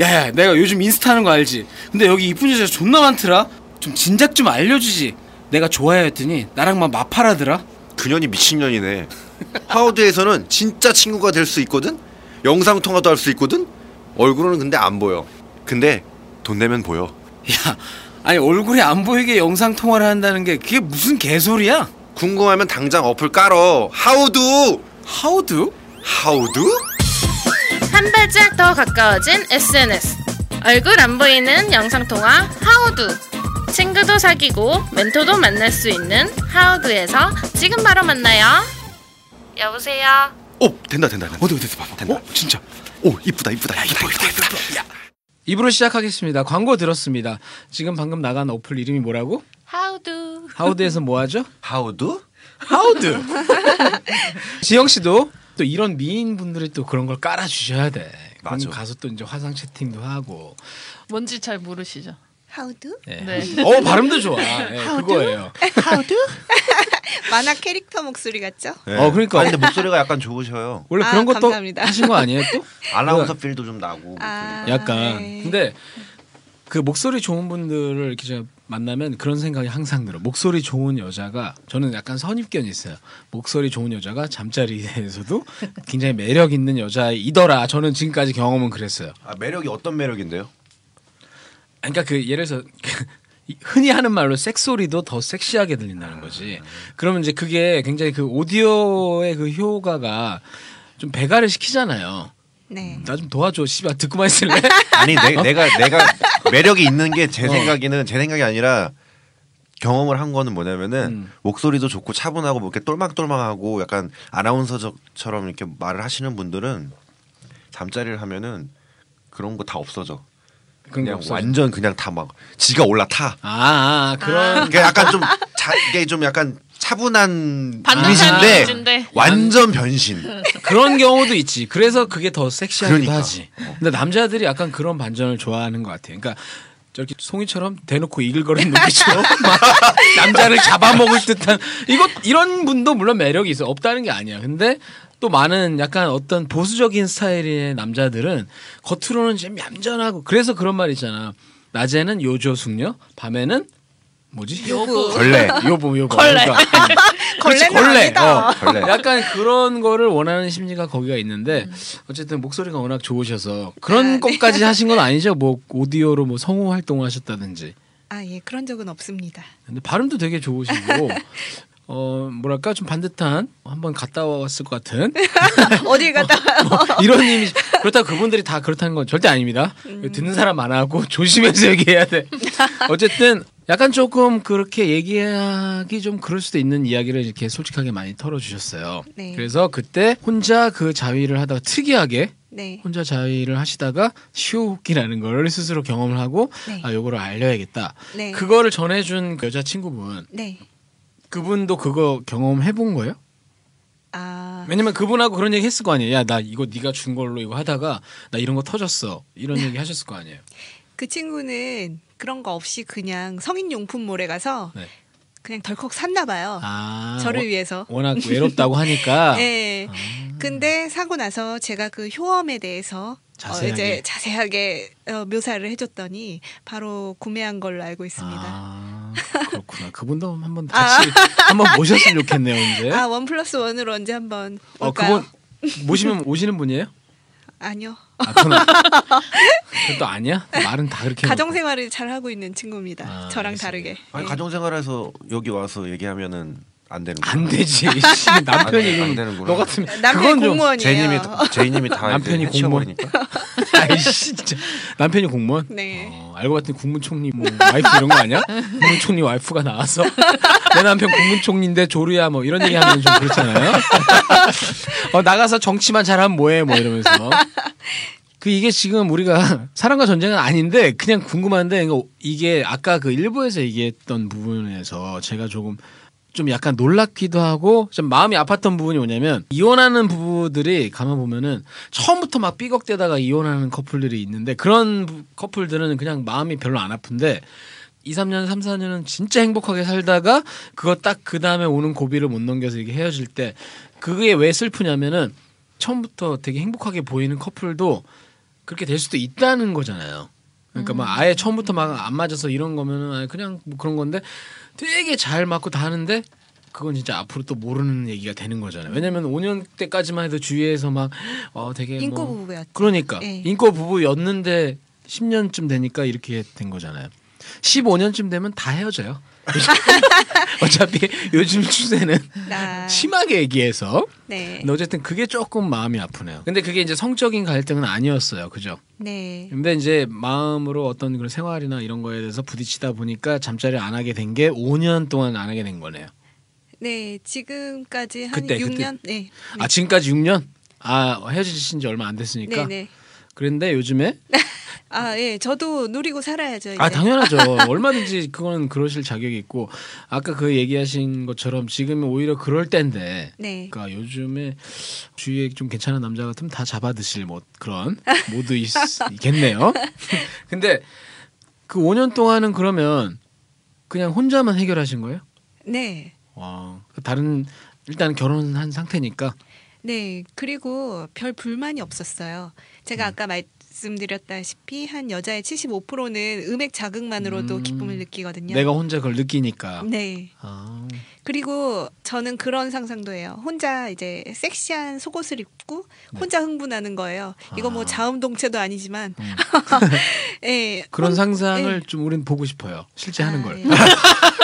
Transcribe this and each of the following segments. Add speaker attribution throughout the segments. Speaker 1: 야야 내가 요즘 인스타 하는 거 알지? 근데 여기 이쁜 여자 존나 많더라. 좀 진작 좀 알려주지. 내가 좋아해 했더니 나랑만 마팔하더라.
Speaker 2: 그년이 미친년이네. 하우드에서는 진짜 친구가 될 수 있거든. 영상 통화도 할 수 있거든. 얼굴은 근데 안 보여. 근데 돈 내면 보여.
Speaker 1: 야 아니 얼굴이 안 보이게 영상 통화를 한다는 게 그게 무슨 개소리야?
Speaker 2: 궁금하면 당장 어플 깔어. 하우드.
Speaker 1: How do?
Speaker 2: 하우드?
Speaker 3: 한 발짝 더 가까워진 SNS. 얼굴 안 보이는 영상통화 하우두. 친구도 사귀고 멘토도 만날 수 있는 하우두에서 지금 바로 만나요. 여보세요.
Speaker 2: 오 된다 된다. 된다.
Speaker 1: 어디 어디 어디 봐봐.
Speaker 2: 된다.
Speaker 1: 어 진짜.
Speaker 2: 오 이쁘다 이쁘다 이쁘다 이쁘다 이쁘다.
Speaker 1: 입으로 시작하겠습니다. 광고 들었습니다. 지금 방금 나간 어플 이름이 뭐라고?
Speaker 3: 하우두.
Speaker 1: 하우드에서 뭐 하죠?
Speaker 2: 하우드?
Speaker 1: 하우드. 지영 씨도 또 이런 미인 분들이 또 그런 걸 깔아 주셔야 돼. 그럼
Speaker 2: 맞아.
Speaker 1: 가서 또 이제 화상 채팅도 하고.
Speaker 4: 뭔지 잘 모르시죠?
Speaker 5: 하우두?
Speaker 1: 예.
Speaker 4: 네.
Speaker 1: 어 발음도 좋아. 예, 그거예요.
Speaker 5: 하우두? 만화 캐릭터 목소리 같죠?
Speaker 1: 어, 그러니까.
Speaker 6: 아니, 근데 목소리가 약간 좋으셔요.
Speaker 1: 원래
Speaker 5: 아,
Speaker 1: 그런 것도
Speaker 5: 감사합니다.
Speaker 1: 하신 거 아니에요 또?
Speaker 6: 아나운서 필도 좀 나고.
Speaker 5: 아,
Speaker 1: 약간.
Speaker 5: 네.
Speaker 1: 근데 그 목소리 좋은 분들을 이렇게 제가 만나면 그런 생각이 항상 들어. 목소리 좋은 여자가 저는 약간 선입견이 있어요. 목소리 좋은 여자가 잠자리에서도 굉장히 매력 있는 여자이더라. 저는 지금까지 경험은 그랬어요.
Speaker 6: 아, 매력이 어떤 매력인데요?
Speaker 1: 그러니까 그 예를 들어서 이 흔히 하는 말로 섹소리도 더 섹시하게 들린다는 거지. 그러면 이제 그게 굉장히 그 오디오의 그 효과가 좀 배가를 시키잖아요.
Speaker 5: 네.
Speaker 1: 나 좀 도와줘. 씨발 듣고만 있을래?
Speaker 6: 아니 내, 내가 내가 매력이 있는 게
Speaker 1: 어.
Speaker 6: 제 생각에는 제 생각이 아니라 경험을 한 거는 뭐냐면은
Speaker 1: 음.
Speaker 6: 목소리도 좋고 차분하고 뭐 이렇게 똘망똘망하고 약간 아나운서처럼 이렇게 말을 하시는 분들은 잠자리를 하면은 그런 거 다 없어져.
Speaker 1: 그런 게
Speaker 6: 그냥
Speaker 1: 없어요.
Speaker 6: 완전 그냥 다 막 지가 올라타.
Speaker 1: 아, 아, 그런
Speaker 6: 그러니까 약간 좀 자, 이게 좀 약간 차분한
Speaker 4: 받는
Speaker 3: 아,
Speaker 4: 사람
Speaker 6: 이미지인데
Speaker 3: 네.
Speaker 4: 위주인데.
Speaker 6: 완전 변신.
Speaker 1: 그런 경우도 있지. 그래서 그게 더 섹시하기도
Speaker 6: 그러니까.
Speaker 1: 하지. 근데 남자들이 약간 그런 반전을 좋아하는 것 같아요. 그러니까 저렇게 송이처럼 대놓고 이글거리는 눈빛으로 막 남자를 잡아먹을 듯한 이거 이런 분도 물론 매력이 있어 없다는 게 아니야. 근데 또 많은 약간 어떤 보수적인 스타일의 남자들은 겉으로는 좀 얌전하고 그래서 그런 말 있잖아. 낮에는 요조숙녀, 밤에는 뭐지? 요보.
Speaker 6: 벌레.
Speaker 1: 요보 요보.
Speaker 4: 걸레.
Speaker 1: 그러니까. 그렇지,
Speaker 5: 걸레는 아니다.
Speaker 1: 어.
Speaker 6: 걸레.
Speaker 1: 약간 그런 거를 원하는 심리가 거기가 있는데 어쨌든 목소리가 워낙 좋으셔서 그런 것까지 하신 건 아니죠. 뭐 오디오로 뭐 성우 활동을 하셨다든지.
Speaker 5: 아, 예. 그런 적은 없습니다.
Speaker 1: 근데 발음도 되게 좋으시고 어 뭐랄까 좀 반듯한 한번 갔다 왔을 것 같은
Speaker 5: 어딜 갔다 와요?
Speaker 1: 뭐 이런 이미 그렇다고 그분들이 다 그렇다는 건 절대 아닙니다.
Speaker 5: 음.
Speaker 1: 듣는 사람 많아하고 조심해서 얘기해야 돼. 어쨌든 약간 조금 그렇게 얘기하기 좀 그럴 수도 있는 이야기를 이렇게 솔직하게 많이 털어주셨어요.
Speaker 5: 네.
Speaker 1: 그래서 그때 혼자 그 자위를 하다가 특이하게
Speaker 5: 네.
Speaker 1: 혼자 자위를 하시다가 시호흡기라는 걸 스스로 경험을 하고
Speaker 5: 네.
Speaker 1: 아 요거를 알려야겠다.
Speaker 5: 네.
Speaker 1: 그거를 전해준 그 여자친구분
Speaker 5: 네.
Speaker 1: 그분도 그거 경험해본 거예요?
Speaker 5: 아,
Speaker 1: 왜냐면 그분하고 그런 얘기 했을 거 아니에요. 야, 나 이거 네가 준 걸로 이거 하다가 나 이런 거 터졌어. 이런 얘기 하셨을 거 아니에요.
Speaker 5: 그 친구는 그런 거 없이 그냥 성인 용품 몰에 가서
Speaker 1: 네.
Speaker 5: 그냥 덜컥 샀나 봐요.
Speaker 1: 아,
Speaker 5: 저를
Speaker 1: 워-
Speaker 5: 위해서.
Speaker 1: 워낙 외롭다고 하니까
Speaker 5: 예.
Speaker 1: 아.
Speaker 5: 근데 사고 나서 제가 그 효험에 대해서
Speaker 1: 자세하게.
Speaker 5: 어, 이제 자세하게 어, 묘사를 해줬더니 바로 구매한 걸로 알고 있습니다.
Speaker 1: 아, 그렇구나. 그분도 한번 같이 한번 모셨으면 좋겠네요,
Speaker 5: 아,
Speaker 1: 이제.
Speaker 5: 원 플러스 원으로 언제 한번
Speaker 1: 어,
Speaker 5: 올까요?
Speaker 1: 그분 모시면 오시는 분이에요?
Speaker 5: 아니요.
Speaker 1: 아, 그건 아- 그건 또 아니야? 말은 다 그렇게
Speaker 5: 가정
Speaker 1: 해놓고.
Speaker 5: 생활을 잘 하고 있는 친구입니다.
Speaker 1: 아,
Speaker 5: 저랑
Speaker 1: 알겠습니다.
Speaker 5: 다르게. 네.
Speaker 6: 아니 가정생활에서 여기 와서 얘기하면은 안 되는 거야.
Speaker 1: 안 되지. 씨, 남편이
Speaker 6: 안
Speaker 1: 이러면
Speaker 6: 되는구나.
Speaker 1: 너 같으면
Speaker 5: 남편
Speaker 1: 그건 좀
Speaker 5: 공무원이에요.
Speaker 6: 제이님이 제이님이 다
Speaker 1: 남편이
Speaker 6: 이제 해치워버리니까.
Speaker 1: 아이씨 진짜 남편이 공무원?
Speaker 5: 네.
Speaker 1: 어, 알고 봤더니 국무총리 뭐 와이프 이런 거 아니야? 국무총리 와이프가 나와서 내 남편 국무총리인데 조류야 뭐 이런 얘기 하면 좀 그렇잖아요. 어, 나가서 정치만 잘하면 뭐해 뭐 이러면서. 그 이게 지금 우리가 사랑과 전쟁은 아닌데 그냥 궁금한데 이거- 이게 아까 그 일부에서 얘기했던 부분에서 제가 조금 좀 약간 놀랍기도 하고 좀 마음이 아팠던 부분이 뭐냐면 이혼하는 부부들이 가만 보면은 처음부터 막 삐걱대다가 이혼하는 커플들이 있는데 그런 부- 커플들은 그냥 마음이 별로 안 아픈데 2, 3년, 3, 4년은 진짜 행복하게 살다가 그거 딱 그 다음에 오는 고비를 못 넘겨서 이게 헤어질 때 그게 왜 슬프냐면은 처음부터 되게 행복하게 보이는 커플도 그렇게 될 수도 있다는 거잖아요. 그러니까 막 아예 처음부터 막 안 맞아서 이런 거면은 아예 그냥 뭐 그런 건데 되게 잘 맞고 다 하는데 그건 진짜 앞으로 또 모르는 얘기가 되는 거잖아요. 왜냐면 5년 때까지만 해도 주위에서 막어 되게 뭐-
Speaker 5: 인꼬 부부였죠.
Speaker 1: 그러니까
Speaker 5: 예.
Speaker 1: 인꼬 부부였는데 10년쯤 되니까 이렇게 된 거잖아요. 15년쯤 되면 다 헤어져요. 어차피 요즘 추세는
Speaker 5: 나-
Speaker 1: 심하게 얘기해서
Speaker 5: 네.
Speaker 1: 근데 어쨌든 그게 조금 마음이 아프네요. 근데 그게 이제 성적인 갈등은 아니었어요. 그죠?
Speaker 5: 네.
Speaker 1: 근데 이제 마음으로 어떤 그런 생활이나 이런 거에 대해서 부딪히다 보니까 잠자리 안 하게 된 게 5년 동안 안 하게 된 거네요.
Speaker 5: 네. 지금까지 한
Speaker 1: 그때,
Speaker 5: 6년. 네.
Speaker 1: 아, 지금까지 6년? 아, 헤어지신 지 얼마 안 됐으니까.
Speaker 5: 네, 네.
Speaker 1: 그런데 요즘에
Speaker 5: 아, 예. 저도 누리고 살아야죠. 이제.
Speaker 1: 아 당연하죠. 얼마든지 그거는 그러실 자격이 있고 아까 그 얘기하신 것처럼 지금은 오히려 그럴 때인데.
Speaker 5: 네.
Speaker 1: 그러니까 요즘에 주위에 좀 괜찮은 남자 같으면 다 잡아 드실 뭐 그런 모두 있, 있겠네요. 근데 그 5년 동안은 그러면 그냥 혼자만 해결하신 거예요?
Speaker 5: 네.
Speaker 1: 와. 다른 일단 결혼한 상태니까
Speaker 5: 네. 그리고 별 불만이 없었어요.
Speaker 1: 음.
Speaker 5: 제가 아까 말씀드렸다시피 한 여자의 75%는 음액 자극만으로도
Speaker 1: 음.
Speaker 5: 기쁨을 느끼거든요.
Speaker 1: 내가 혼자 그걸 느끼니까.
Speaker 5: 네.
Speaker 1: 아.
Speaker 5: 그리고 저는 그런 상상도 해요. 혼자 이제 섹시한 속옷을 입고 혼자 흥분하는 거예요. 이거 뭐
Speaker 1: 네. 아.
Speaker 5: 자음동체도 아니지만,
Speaker 1: 음.
Speaker 5: 예.
Speaker 1: 그런
Speaker 5: 혼-
Speaker 1: 상상을 좀 우린 보고 싶어요. 실제 하는
Speaker 5: 아,
Speaker 1: 걸.
Speaker 5: 예.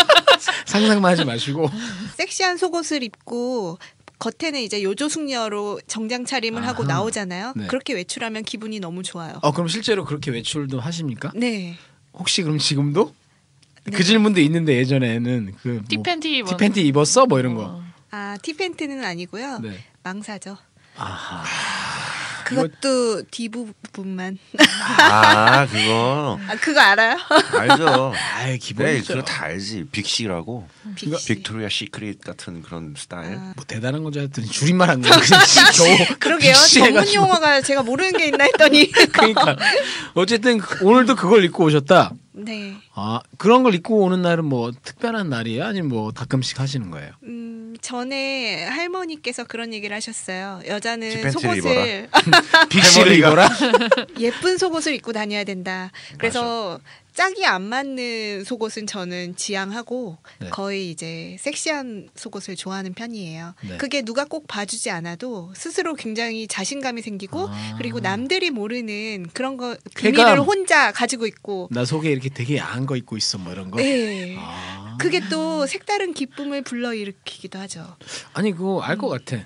Speaker 1: 상상만 하지 마시고
Speaker 5: 섹시한 속옷을 입고 겉에는 이제 요조 숙녀로 정장 차림을 하고
Speaker 1: 아하.
Speaker 5: 나오잖아요.
Speaker 1: 네.
Speaker 5: 그렇게 외출하면 기분이 너무 좋아요.
Speaker 1: 어 그럼 실제로 그렇게 외출도 하십니까?
Speaker 5: 네.
Speaker 1: 혹시 그럼 지금도? 그 질문도 있는데 예전에는 그
Speaker 4: 티팬티
Speaker 1: 뭐,
Speaker 4: 입어.
Speaker 1: 티팬티 입었어? 뭐 이런 거.
Speaker 4: 어.
Speaker 5: 아, 티팬트는 아니고요.
Speaker 1: 네.
Speaker 5: 망사죠.
Speaker 1: 아하.
Speaker 5: 그것도 뒷부분만.
Speaker 6: 아 그거
Speaker 5: 아, 그거 알아요?
Speaker 6: 알죠.
Speaker 1: 아이
Speaker 6: 네,
Speaker 1: 기본이죠.
Speaker 6: 그거 다 알지. 빅시라고.
Speaker 1: 음.
Speaker 5: 빅시.
Speaker 6: 빅토리아 시크릿 같은 그런 스타일.
Speaker 5: 아.
Speaker 1: 뭐 대단한 건지 했더니 줄임말 한 거야. 그냥 씨, 겨우
Speaker 5: 그러게요.
Speaker 1: 씨
Speaker 5: 전문
Speaker 1: 해가지고.
Speaker 5: 용어가 제가 모르는 게 있나 했더니.
Speaker 1: 그러니까 어쨌든 그- 오늘도 그걸 입고 오셨다.
Speaker 5: 네.
Speaker 1: 아 그런 걸 입고 오는 날은 뭐 특별한 날이에요? 아니면 뭐 가끔씩 하시는 거예요?
Speaker 5: 음, 전에 할머니께서 그런 얘기를 하셨어요. 여자는
Speaker 6: 지팬티를
Speaker 5: 속옷을
Speaker 1: 빅시를
Speaker 6: 할머니가-
Speaker 1: 입어라.
Speaker 5: 예쁜 속옷을 입고 다녀야 된다. 그래서 짝이 안 맞는 속옷은 저는 지양하고
Speaker 1: 네.
Speaker 5: 거의 이제 섹시한 속옷을 좋아하는 편이에요.
Speaker 1: 네.
Speaker 5: 그게 누가 꼭 봐주지 않아도 스스로 굉장히 자신감이 생기고
Speaker 1: 아.
Speaker 5: 그리고 남들이 모르는 그런 거
Speaker 1: 쾌감.
Speaker 5: 비밀을 혼자 가지고 있고.
Speaker 1: 나 속에 이렇게 되게 야한 거 입고 있어 뭐 이런 거.
Speaker 5: 네.
Speaker 1: 아.
Speaker 5: 그게 또 색다른 기쁨을 불러일으키기도 하죠.
Speaker 1: 아니 그거 알
Speaker 5: 음.
Speaker 1: 것 같아.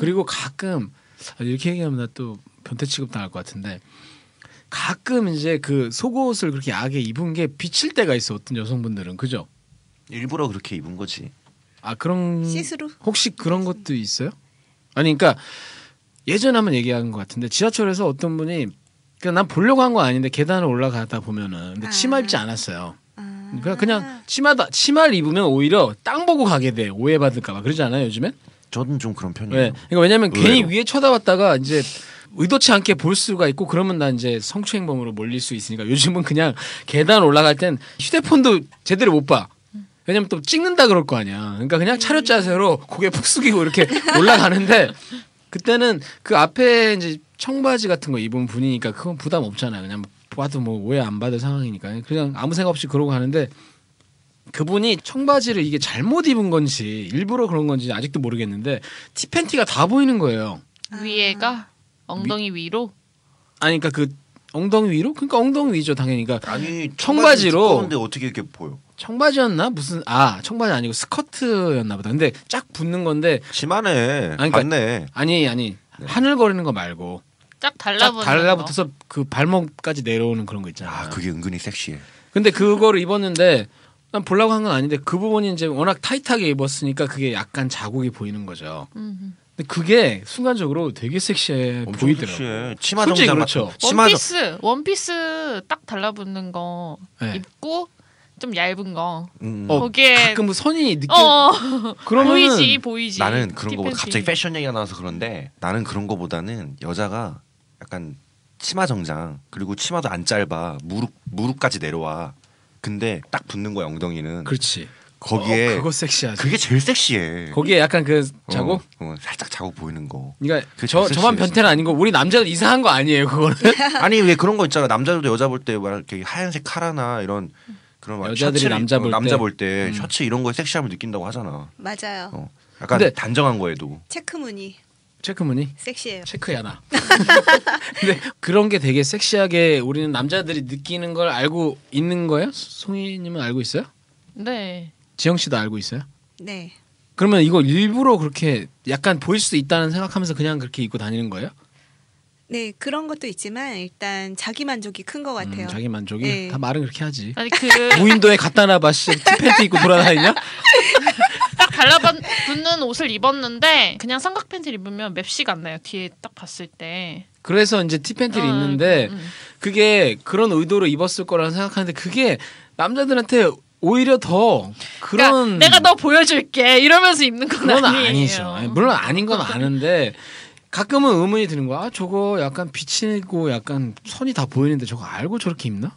Speaker 1: 그리고 가끔 아, 이렇게 얘기하면 나 또 변태 취급 당할 것 같은데 가끔 이제 그 속옷을 그렇게 야하게 입은 게 비칠 때가 있어 어떤 여성분들은 그죠?
Speaker 6: 일부러 그렇게 입은 거지.
Speaker 1: 아 그런
Speaker 5: 시스루?
Speaker 1: 혹시 그런 것도 있어요? 아니 그러니까 예전에 한번 얘기한 것 같은데 지하철에서 어떤 분이 그냥 난 보려고 한 거 아닌데 계단을 올라가다 보면은 근데 치마
Speaker 5: 아.
Speaker 1: 입지 않았어요. 그러니까
Speaker 5: 아.
Speaker 1: 그냥 그냥 치마다 치마를 입으면 오히려 땅 보고 가게 돼 오해받을까봐 그러지 않아요 요즘엔?
Speaker 6: 저는 좀 그런
Speaker 1: 네.
Speaker 6: 편이에요.
Speaker 1: 그러니까 왜냐면 괜히
Speaker 6: 의외로.
Speaker 1: 위에 쳐다봤다가 이제 의도치 않게 볼 수가 있고 그러면 난 이제 성추행범으로 몰릴 수 있으니까 요즘은 그냥 계단 올라갈 땐 휴대폰도 제대로 못 봐. 왜냐면 또 찍는다 그럴 거 아니야. 그러니까 그냥 차렷 자세로 고개 푹 숙이고 이렇게 올라가는데 그때는 그 앞에 이제 청바지 같은 거 입은 분이니까 그건 부담 없잖아. 그냥 봐도 뭐 오해 안 받을 상황이니까 그냥 아무 생각 없이 그러고 가는데 그분이 청바지를 이게 잘못 입은 건지 일부러 그런 건지 아직도 모르겠는데 티팬티가 다 보이는 거예요.
Speaker 4: 위에가 엉덩이 위로.
Speaker 1: 아니 그러니까 그 엉덩이 위로? 그러니까 엉덩이 위죠 당연히. 그러니까
Speaker 6: 아니
Speaker 1: 청바지로.
Speaker 6: 근데 어떻게 이렇게 보여?
Speaker 1: 청바지였나 무슨 아 청바지 아니고 스커트였나 보다. 근데 쫙 붙는 건데
Speaker 6: 심하네.
Speaker 1: 아니, 그러니까-
Speaker 6: 맞네.
Speaker 1: 아니 아니 하늘거리는 거 말고
Speaker 4: 쫙
Speaker 1: 쫙
Speaker 4: 달라붙는 거.
Speaker 1: 달라붙어서 그 발목까지 내려오는 그런 거 있잖아.
Speaker 6: 아 그게 은근히 섹시해.
Speaker 1: 근데 그거를 입었는데 난 보려고 한 건 아닌데 그 부분이 이제 워낙 타이트하게 입었으니까 그게 약간 자국이 보이는 거죠.
Speaker 4: 음.
Speaker 1: 근데 그게 순간적으로 되게 섹시해
Speaker 6: 엄청
Speaker 1: 보이더라고.
Speaker 6: 섹시해. 치마
Speaker 1: 솔직히
Speaker 6: 정장
Speaker 1: 그렇죠.
Speaker 6: 같은- 치마 정
Speaker 4: 원피스 원피스 딱 달라붙는 거
Speaker 1: 네.
Speaker 4: 입고 좀 얇은 거.
Speaker 6: 음.
Speaker 1: 어,
Speaker 4: 거기에-
Speaker 1: 가끔 선이 느껴.
Speaker 4: 어, 어.
Speaker 1: 그러면은
Speaker 4: 보이지 보이지.
Speaker 6: 나는 그런 거보다
Speaker 4: 티팬티.
Speaker 6: 갑자기 패션 얘기가 나와서 그런데 나는 그런 거보다는 여자가 약간 치마 정장 그리고 치마도 안 짧아 무릎 무릎까지 내려와 근데 딱 붙는 거야 엉덩이는
Speaker 1: 그렇지.
Speaker 6: 거기에
Speaker 1: 어, 그거 섹시하지.
Speaker 6: 그게 제일 섹시해.
Speaker 1: 거기에 약간 그 자고.
Speaker 6: 어, 어, 살짝 자고 보이는 거.
Speaker 1: 그러니까
Speaker 6: 그게
Speaker 1: 저
Speaker 6: 제일
Speaker 1: 저만
Speaker 6: 섹시해,
Speaker 1: 변태는 아닌 거 우리 남자들 이상한 거 아니에요 그거는.
Speaker 6: 아니 왜 그런 거 있잖아 남자들도 여자 볼 때 막 이렇게 하얀색 카라나 이런 그런 막
Speaker 1: 여자들이
Speaker 6: 셔츠를-
Speaker 1: 남자
Speaker 6: 어,
Speaker 1: 볼
Speaker 6: 남자
Speaker 1: 때. 음.
Speaker 6: 볼 때 셔츠 이런 거에 섹시함을 느낀다고 하잖아.
Speaker 5: 맞아요.
Speaker 6: 어. 약간
Speaker 1: 근데-
Speaker 6: 단정한 거에도
Speaker 5: 체크무늬
Speaker 1: 체크무늬.
Speaker 5: 섹시해요.
Speaker 1: 체크야 나. 근데 그런 게 되게 섹시하게 우리는 남자들이 느끼는 걸 알고 있는 거예요? 송이님은 알고 있어요?
Speaker 4: 네.
Speaker 1: 지영 씨도 알고 있어요?
Speaker 5: 네.
Speaker 1: 그러면 이거 일부러 그렇게 약간 보일 수도 있다는 생각하면서 그냥 그렇게 입고 다니는 거예요?
Speaker 5: 네 그런 것도 있지만 일단 자기 만족이 큰 것
Speaker 1: 음,
Speaker 5: 같아요.
Speaker 1: 자기 만족이
Speaker 5: 네.
Speaker 1: 다 말은 그렇게 하지.
Speaker 4: 아니 그딱
Speaker 1: 무인도에 갔다 나봐 씨 티팬트 입고 돌아다니냐?
Speaker 4: 달라붙는 옷을 입었는데 그냥 삼각 팬티를 입으면 맵시가 안 나요. 뒤에 딱 봤을 때.
Speaker 1: 그래서 이제 티팬티를
Speaker 5: 아,
Speaker 4: 어,
Speaker 1: 입는데
Speaker 4: 음.
Speaker 1: 그게 그런 의도로 입었을 거라는 생각하는데 그게 남자들한테 오히려 더 그런
Speaker 4: 그러니까 내가 너 보여줄게 이러면서 입는 건
Speaker 1: 그건
Speaker 4: 아니에요.
Speaker 1: 아니죠. 뭐, 아니, 물론 아닌 건 아는데 가끔은 의문이 드는 거야. 아, 저거 약간 비치고 약간 선이 다 보이는데 저거 알고 저렇게 입나?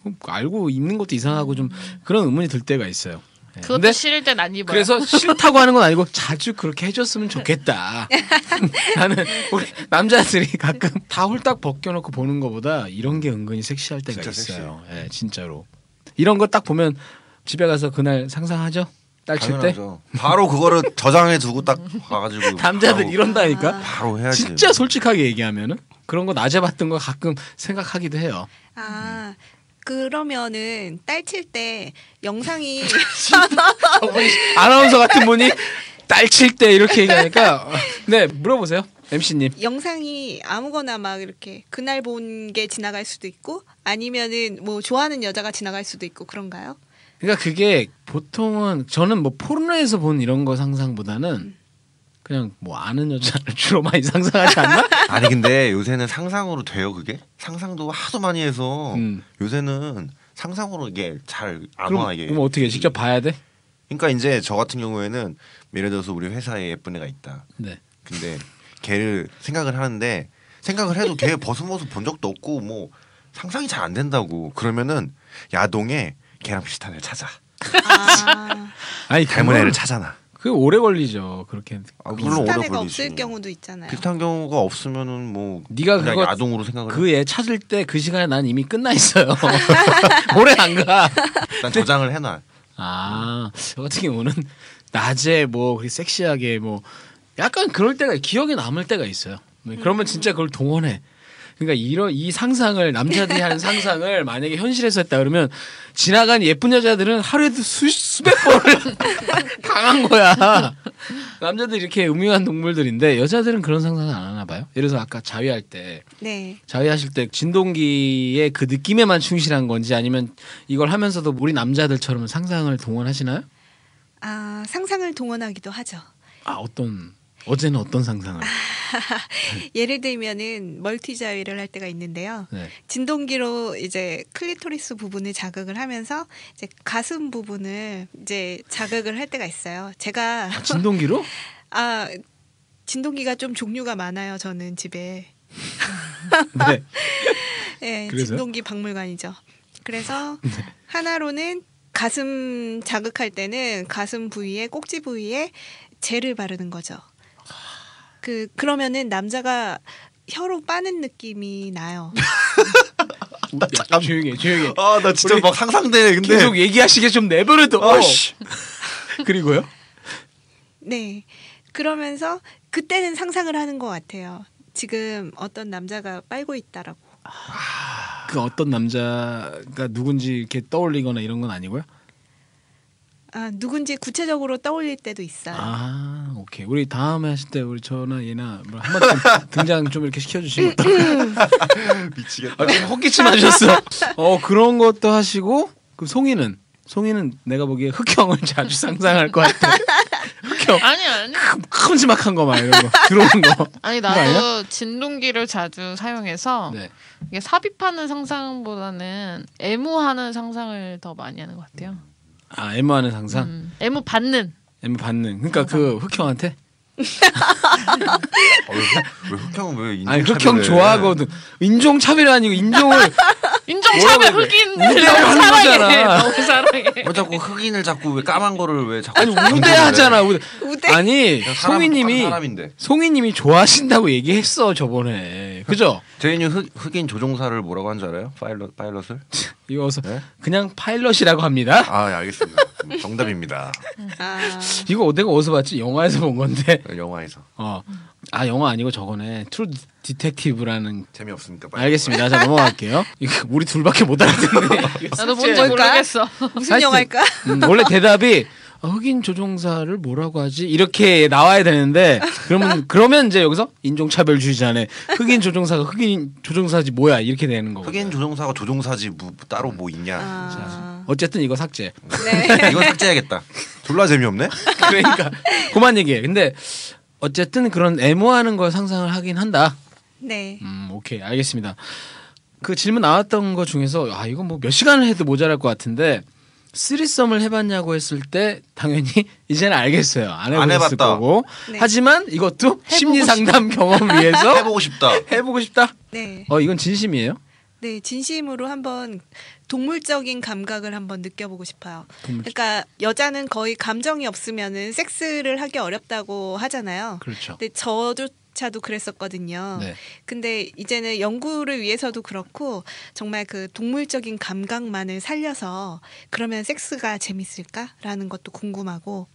Speaker 1: 그럼 알고 입는 것도 이상하고 좀 그런 의문이 들 때가 있어요. 예.
Speaker 4: 그것도
Speaker 1: 근데
Speaker 4: 싫을 땐 안 입어요.
Speaker 1: 그래서 싫다고 하는 건 아니고 자주 그렇게 해줬으면 좋겠다. 나는 우리 남자들이 가끔 다 홀딱 벗겨놓고 보는 것보다 이런 게 은근히 섹시할 때가
Speaker 6: 진짜
Speaker 1: 있어요. 예, 진짜로 이런 거 딱 보면 집에 가서 그날 상상하죠. 딸 칠 때.
Speaker 6: 당연하죠. 바로 그거를 저장해 두고 딱 가가지고
Speaker 1: 남자들
Speaker 6: 바로,
Speaker 1: 이런다니까.
Speaker 6: 바로 해야지.
Speaker 1: 진짜 솔직하게 얘기하면은 그런 거 낮에 봤던 거 가끔 생각하기도 해요.
Speaker 5: 아
Speaker 6: 음.
Speaker 5: 그러면은 딸 칠 때 영상이
Speaker 1: 저분이 어, 아나운서 같은 분이 딸 칠 때 이렇게 얘기하니까 어, 네 물어보세요 MC님.
Speaker 5: 영상이 아무거나 막 이렇게 그날 본 게 지나갈 수도 있고 아니면은 뭐 좋아하는 여자가 지나갈 수도 있고 그런가요?
Speaker 1: 그러니까 그게 보통은 저는 뭐 포르노에서 본 이런 거 상상보다는 그냥 뭐 아는 여자를 주로 많이 상상하지 않나?
Speaker 6: 아니 근데 요새는 상상으로 돼요 그게 상상도 하도 많이 해서
Speaker 1: 음.
Speaker 6: 요새는 상상으로 이게 잘 안
Speaker 1: 그럼,
Speaker 6: 와 이게.
Speaker 1: 그럼 어떻게 직접 봐야 돼?
Speaker 6: 그러니까 이제 저 같은 경우에는 예를 들어서 우리 회사에 예쁜 애가 있다.
Speaker 1: 네.
Speaker 6: 근데 걔를 생각을 하는데 생각을 해도 걔 벗은 모습 본 적도 없고 뭐 상상이 잘 안 된다고 그러면은 야동에 걔랑 비슷한 애를 찾아
Speaker 5: 아,
Speaker 1: 아니
Speaker 6: 닮은 애를
Speaker 1: 그거는
Speaker 6: 찾아놔
Speaker 1: 그게 오래 걸리죠 그렇게.
Speaker 6: 아, 물론 오래
Speaker 5: 비슷한
Speaker 6: 걸리지
Speaker 5: 애가 없을 경우도 있잖아요.
Speaker 6: 비슷한 경우가 없으면은 뭐
Speaker 1: 네가
Speaker 6: 그냥
Speaker 1: 그러니까 그거-
Speaker 6: 야동으로 생각을
Speaker 1: 그 애 찾을 때 그 시간에 난 이미 끝나 있어요. 오래 안 가.
Speaker 6: 해. 난 저장을 해놔
Speaker 1: 아, 저 같은 경우는 낮에 뭐 그렇게 섹시하게 뭐 약간 그럴 때가 기억에 남을 때가 있어요. 네, 그러면 진짜 그걸 동원해. 그러니까 이런 이 상상을 남자들이 하는 상상을 만약에 현실에서 했다 그러면 지나간 예쁜 여자들은 하루에도 수, 수백 번을 당한 거야. 남자들이 이렇게 음흉한 동물들인데 여자들은 그런 상상을 안 하나 봐요. 예를 들어서 아까 자위할 때
Speaker 5: 네.
Speaker 1: 자위하실 때 진동기의 그 느낌에만 충실한 건지 아니면 이걸 하면서도 우리 남자들처럼 상상을 동원하시나요?
Speaker 5: 아 상상을 동원하기도 하죠.
Speaker 1: 아 어떤 어제는 어떤 상상을?
Speaker 5: 예를 들면은 멀티 자위를 할 때가 있는데요.
Speaker 1: 네.
Speaker 5: 진동기로 이제 클리토리스 부분을 자극을 하면서 이제 가슴 부분을 이제 자극을 할 때가 있어요. 제가
Speaker 1: 아, 진동기로?
Speaker 5: 아 진동기가 좀 종류가 많아요. 저는 집에
Speaker 1: 네.
Speaker 5: 예,
Speaker 1: 그래서요? 네.
Speaker 5: 진동기 박물관이죠. 그래서 하나로는 가슴 자극할 때는 가슴 부위에 꼭지 부위에 젤을 바르는 거죠. 그 그러면은 남자가 혀로 빠는 느낌이 나요.
Speaker 1: 잠깐 조용히 해, 조용히. 해.
Speaker 6: 아 나 진짜
Speaker 1: 우리
Speaker 6: 막 상상돼 근데
Speaker 1: 계속 얘기하시게 좀 내버려둬.
Speaker 6: 아씨
Speaker 1: 어. 그리고요?
Speaker 5: 네. 그러면서 그때는 상상을 하는 것 같아요. 지금 어떤 남자가 빨고 있다라고.
Speaker 1: 그 어떤 남자가 누군지 이렇게 떠올리거나 이런 건 아니고요.
Speaker 5: 아 누군지 구체적으로 떠올릴 때도 있어요.
Speaker 1: 아 오케이. 우리 다음에 하실 때 우리 저나 얘나 뭐 한번 등장 좀 이렇게 시켜주시면 어떨까요?
Speaker 6: 미치겠다
Speaker 1: 아, 지금 헛기침 하셨어. 어 그런 것도 하시고 그 송이는 송이는 내가 보기에 흑형을 자주 상상할 것 같아. 흑형
Speaker 4: 아니 아니
Speaker 1: 큼- 큼지막한 거 막 이런 거 들어오는 거.
Speaker 4: 아니
Speaker 1: 그거
Speaker 4: 나도 진동기를 자주 사용해서
Speaker 1: 네.
Speaker 4: 이게 삽입하는 상상보다는 애무하는 상상을 더 많이 하는 것 같아요.
Speaker 1: 아 애무하는 상상,
Speaker 4: 음. 애무 받는
Speaker 1: 애무 받는. 그러니까 그 흑형한테
Speaker 6: 왜, 흑- 왜 흑형은 왜 인종
Speaker 1: 아니 흑형
Speaker 6: 차별을 해?
Speaker 1: 좋아하거든. 인종 차별이 아니고 인종을
Speaker 4: 인종차별
Speaker 1: 뭐라고 그래?
Speaker 4: 흑인
Speaker 1: 우대를
Speaker 4: 너무
Speaker 1: 하는
Speaker 4: 사랑해.
Speaker 1: 거잖아.
Speaker 4: 너무 사랑해.
Speaker 6: 왜뭐 자꾸 흑인을 자꾸 왜 까만 거를 왜 자꾸
Speaker 1: 아니
Speaker 6: 강조를 해?
Speaker 1: 우대하잖아 우대.
Speaker 5: 우대.
Speaker 1: 아니
Speaker 6: 그냥 사람,
Speaker 1: 송이님이
Speaker 6: 사람인데
Speaker 1: 송이님이 좋아하신다고 얘기했어 저번에 그죠?
Speaker 6: 제인이 흑, 흑인 조종사를 뭐라고 한 줄 알아요? 파일럿 파일럿을?
Speaker 1: 이거 어서
Speaker 6: 네?
Speaker 1: 그냥 파일럿이라고 합니다.
Speaker 6: 아 예, 알겠습니다. 정답입니다.
Speaker 5: 아,
Speaker 1: 이거 내가 어디서 봤지? 영화에서 본 건데.
Speaker 6: 영화에서
Speaker 1: 어. 아 영화 아니고 저거네. 트루 디텍티브라는
Speaker 6: 재미없으니까 빨리.
Speaker 1: 알겠습니다. 자 넘어갈게요. 이거 우리 둘밖에 못 알아듣네.
Speaker 4: 나도 뭔지
Speaker 5: 뭘까?
Speaker 4: 모르겠어.
Speaker 5: 무슨
Speaker 1: 하여튼,
Speaker 5: 영화일까?
Speaker 1: 음, 원래 대답이 아, 흑인 조종사를 뭐라고 하지? 이렇게 나와야 되는데 그러면 그러면 이제 여기서 인종차별주의자네. 흑인 조종사가 흑인 조종사지 뭐야? 이렇게 되는 거고.
Speaker 6: 흑인 조종사가 조종사지 뭐 따로 뭐 있냐?
Speaker 5: 아,
Speaker 1: 어쨌든 이거 삭제.
Speaker 6: 이건 삭제해야겠다. 졸라 재미없네.
Speaker 1: 그러니까 그만 얘기해. 근데 어쨌든 그런 애모하는 걸 상상을 하긴 한다.
Speaker 5: 네.
Speaker 1: 음, 오케이. 알겠습니다. 그 질문 나왔던 것 중에서 아, 이건 뭐 몇 시간을 해도 모자랄 것 같은데 쓰리썸을 해봤냐고 했을 때 당연히 이제는 알겠어요. 안
Speaker 6: 안
Speaker 1: 해봤을
Speaker 6: 해봤다.
Speaker 1: 거고.
Speaker 5: 네.
Speaker 1: 하지만 이것도 심리 상담 경험
Speaker 2: 아,
Speaker 1: 위해서
Speaker 6: 해보고 싶다.
Speaker 1: 해보고 싶다.
Speaker 5: 네.
Speaker 1: 어, 이건 진심이에요.
Speaker 5: 네, 진심으로 한번 동물적인 감각을 한번 느껴보고 싶어요. 그러니까 여자는 거의 감정이 없으면은 섹스를 하기 어렵다고 하잖아요.
Speaker 1: 그렇죠.
Speaker 5: 근데 저조차도 그랬었거든요.
Speaker 1: 네.
Speaker 5: 근데 이제는 연구를 위해서도 그렇고 정말 그 동물적인 감각만을 살려서 그러면 섹스가 재밌을까라는 것도 궁금하고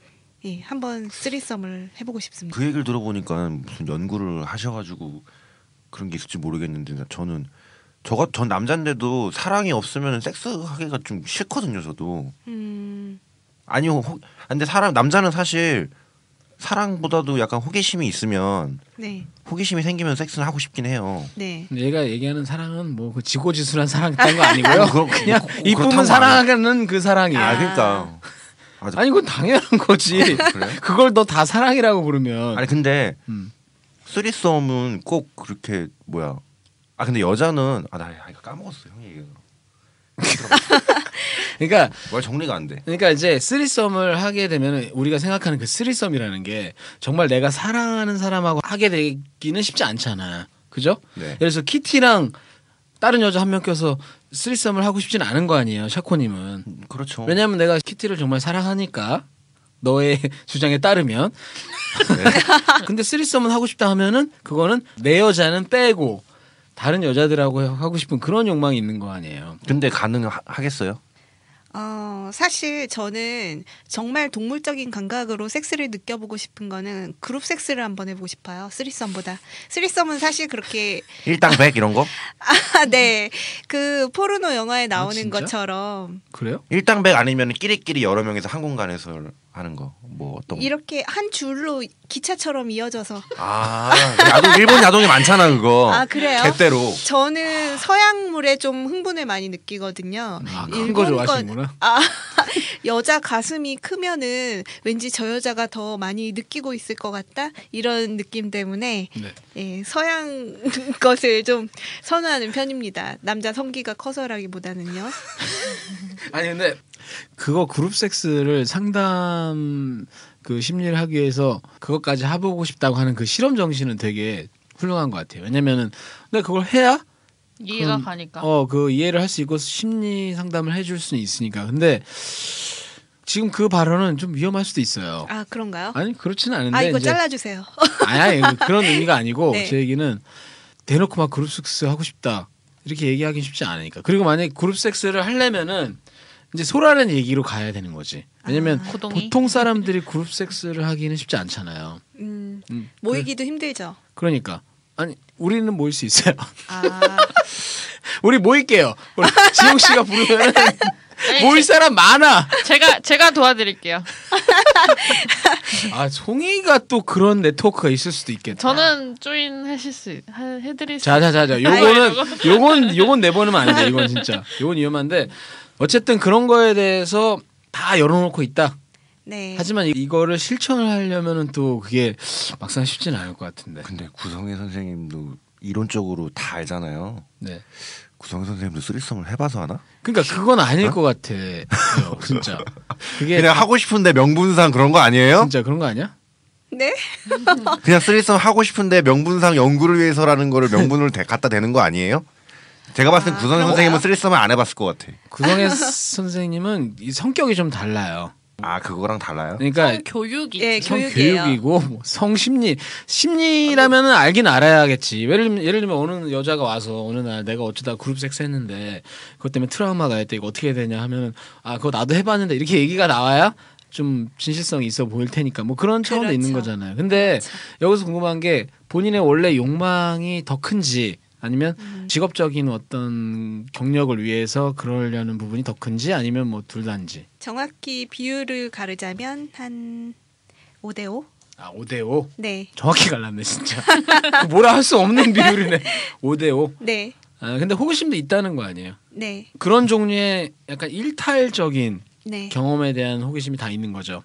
Speaker 5: 예, 한번 쓰리썸을 해보고 싶습니다.
Speaker 6: 그 얘기를 들어보니까 무슨 연구를 하셔가지고 그런 게 있을지 모르겠는데 저는 저가 전 남잔데도 사랑이 없으면 섹스 하기가 좀 싫거든요. 저도
Speaker 5: 음,
Speaker 6: 아니요. 혹- 근데 사람 남자는 사실 사랑보다도 약간 호기심이 있으면
Speaker 5: 네,
Speaker 6: 호기심이 생기면 섹스는 하고 싶긴 해요.
Speaker 5: 네,
Speaker 1: 근데 얘가 얘기하는 사랑은 뭐 그 지고지순한 사랑 같은 거 아니고요.
Speaker 6: 아니, 그럼-
Speaker 1: 그냥
Speaker 6: 그-
Speaker 1: 이쁨은
Speaker 6: 그렇다고
Speaker 1: 사랑하는 그 사랑이에요.
Speaker 6: 아 그러니까 아,
Speaker 1: 아니 그건 당연한 거지.
Speaker 6: 그래요?
Speaker 1: 그걸 너 다 사랑이라고 부르면
Speaker 6: 아니 근데
Speaker 1: 음.
Speaker 6: 쓰리썸은 꼭 그렇게 뭐야? 아 근데 여자는 아나 이거 까먹었어 형 얘기가
Speaker 1: 그러니까
Speaker 6: 말 정리가 안 돼.
Speaker 1: 그러니까 이제 쓰리썸을 하게 되면 우리가 생각하는 그 쓰리썸이라는 게 정말 내가 사랑하는 사람하고 하게 되기는 쉽지 않잖아. 그죠?
Speaker 6: 네.
Speaker 1: 예를 들어서 키티랑 다른 여자 한 명 껴서 쓰리썸을 하고 싶진 않은 거 아니에요. 샤코님은.
Speaker 6: 음, 그렇죠.
Speaker 1: 왜냐하면 내가 키티를 정말 사랑하니까 너의 주장에 따르면 근데 쓰리썸은 하고 싶다 하면은 그거는 내 여자는 빼고 다른 여자들하고 하고 싶은 그런 욕망이 있는 거 아니에요.
Speaker 6: 근데 가능하겠어요?
Speaker 5: 어, 사실 저는 정말 동물적인 감각으로 섹스를 느껴보고 싶은 거는 그룹 섹스를 한번 해보고 싶어요. 쓰리썸보다. 쓰리썸은 사실 그렇게
Speaker 6: 일당 100 이런 거?
Speaker 5: 아, 네. 그 포르노 영화에 나오는
Speaker 1: 아, 진짜?
Speaker 5: 것처럼
Speaker 1: 그래요?
Speaker 6: 일당 100 아니면 끼리끼리 여러 명이서 한 공간에서 하는 거. 뭐 어떤 거?
Speaker 5: 이렇게 한 줄로 기차처럼 이어져서
Speaker 6: 아, 야동 일본 야동이 많잖아
Speaker 1: 어,
Speaker 6: 그거.
Speaker 5: 아, 그래요?
Speaker 6: 개대로.
Speaker 5: 저는 서양물에 좀 흥분을 많이 느끼거든요.
Speaker 1: 아,
Speaker 5: 일본
Speaker 1: 큰거
Speaker 5: 건-
Speaker 1: 좋아하시는구나.
Speaker 5: 아, 여자 가슴이 크면은 왠지 저 여자가 더 많이 느끼고 있을 것 같다 이런 느낌 때문에
Speaker 1: 네.
Speaker 5: 예, 서양 것을 좀 선호하는 편입니다. 남자 성기가 커서라기보다는요.
Speaker 1: 아니 근데 그거 그룹 섹스를 상담 그 심리를 하기 위해서 그것까지 해보고 싶다고 하는 그 실험 정신은 되게 훌륭한 것 같아요. 왜냐면은 내가 그걸 해야
Speaker 4: 이해가
Speaker 1: 그럼-
Speaker 4: 가니까.
Speaker 1: 어 그 이해를 할 수 있고 심리 상담을 해줄 수는 있으니까. 근데 지금 그 발언은 좀 위험할 수도 있어요.
Speaker 5: 아 그런가요?
Speaker 1: 아니 그렇지는 않은데
Speaker 5: 아 이거
Speaker 1: 이제-
Speaker 5: 잘라주세요.
Speaker 1: 아니, 아니, 그런 의미가 아니고
Speaker 5: 네.
Speaker 1: 제 얘기는 대놓고 막 그룹 섹스 하고 싶다 이렇게 얘기하기 쉽지 않으니까 그리고 만약에 그룹 섹스를 하려면은 이제 소라는 얘기로 가야 되는 거지 왜냐면
Speaker 4: 아, 고동이.
Speaker 1: 보통 사람들이 그룹 섹스를 하기는 쉽지 않잖아요
Speaker 5: 음,
Speaker 1: 음,
Speaker 5: 모이기도 힘들죠.
Speaker 1: 그러니까 아니 우리는 모일 수 있어요
Speaker 5: 아,
Speaker 1: 우리 모일게요 우리 지용 씨가 부르면
Speaker 4: 아니,
Speaker 1: 모일 사람 많아
Speaker 4: 제가 제가 도와드릴게요.
Speaker 1: 아 송이가 또 그런 네트워크가 있을 수도 있겠다
Speaker 4: 저는 조인 하실 수 있- 하- 해드릴 수.
Speaker 1: 아. 자자자자 요거는 요건 요건 내보내면 안돼 이건 진짜 요건 위험한데 어쨌든 그런 거에 대해서 다 열어놓고 있다
Speaker 5: 네.
Speaker 1: 하지만 이- 이거를 실천을 하려면은 또 그게 막상 쉽지는 않을 것 같은데
Speaker 6: 근데 구성애 선생님도 이론적으로 다 알잖아요.
Speaker 1: 네
Speaker 6: 구성애 선생님도 쓰리썸을 해봐서 하나?
Speaker 1: 그러니까 그건 아닐 것 같아 요 진짜 그게
Speaker 6: 그냥 하고 싶은데 명분상 그런 거 아니에요?
Speaker 1: 진짜 그런 거 아니야
Speaker 5: 네?
Speaker 6: 그냥 쓰리썸 하고 싶은데 명분상 연구를 위해서라는 거를 명분을 대- 갖다 대는 거 아니에요? 제가 봤을 때 구성 선생님은 쓰리썸을 안 해봤을 것 같아.
Speaker 1: 구성의 선생님은 이 성격이 좀 달라요.
Speaker 6: 아 그거랑 달라요?
Speaker 1: 그러니까
Speaker 4: 교육이
Speaker 5: 예,
Speaker 1: 성
Speaker 5: 교육이에요.
Speaker 1: 교육이고 뭐 성심리 심리라면은 알긴 알아야겠지. 예를 들면 예를 들면 어느 여자가 와서 어느 날 내가 어쩌다 그룹 섹스했는데 그것 때문에 트라우마가 있다 이거 어떻게 해야 되냐 하면은 아 그거 나도 해봤는데 이렇게 얘기가 나와야 좀 진실성이 있어 보일 테니까 뭐 그런 차원도 있는
Speaker 5: 그렇죠.
Speaker 1: 거잖아요. 근데 여기서 궁금한 게 본인의 원래 욕망이 더 큰지 아니면
Speaker 5: 음.
Speaker 1: 직업적인 어떤 경력을 위해서 그러려는 부분이 더 큰지 아니면 뭐 둘 다인지.
Speaker 5: 정확히 비율을 가르자면 한 5대 5?
Speaker 1: 아, 5대 5.
Speaker 5: 네.
Speaker 1: 정확히 갈랐네 진짜 그 뭐라 할 수 없는 비율이네 5대5
Speaker 5: 네.
Speaker 1: 아, 근데 호기심도 있다는 거 아니에요
Speaker 5: 네.
Speaker 1: 그런 종류의 약간 일탈적인
Speaker 5: 네.
Speaker 1: 경험에 대한 호기심이 다 있는 거죠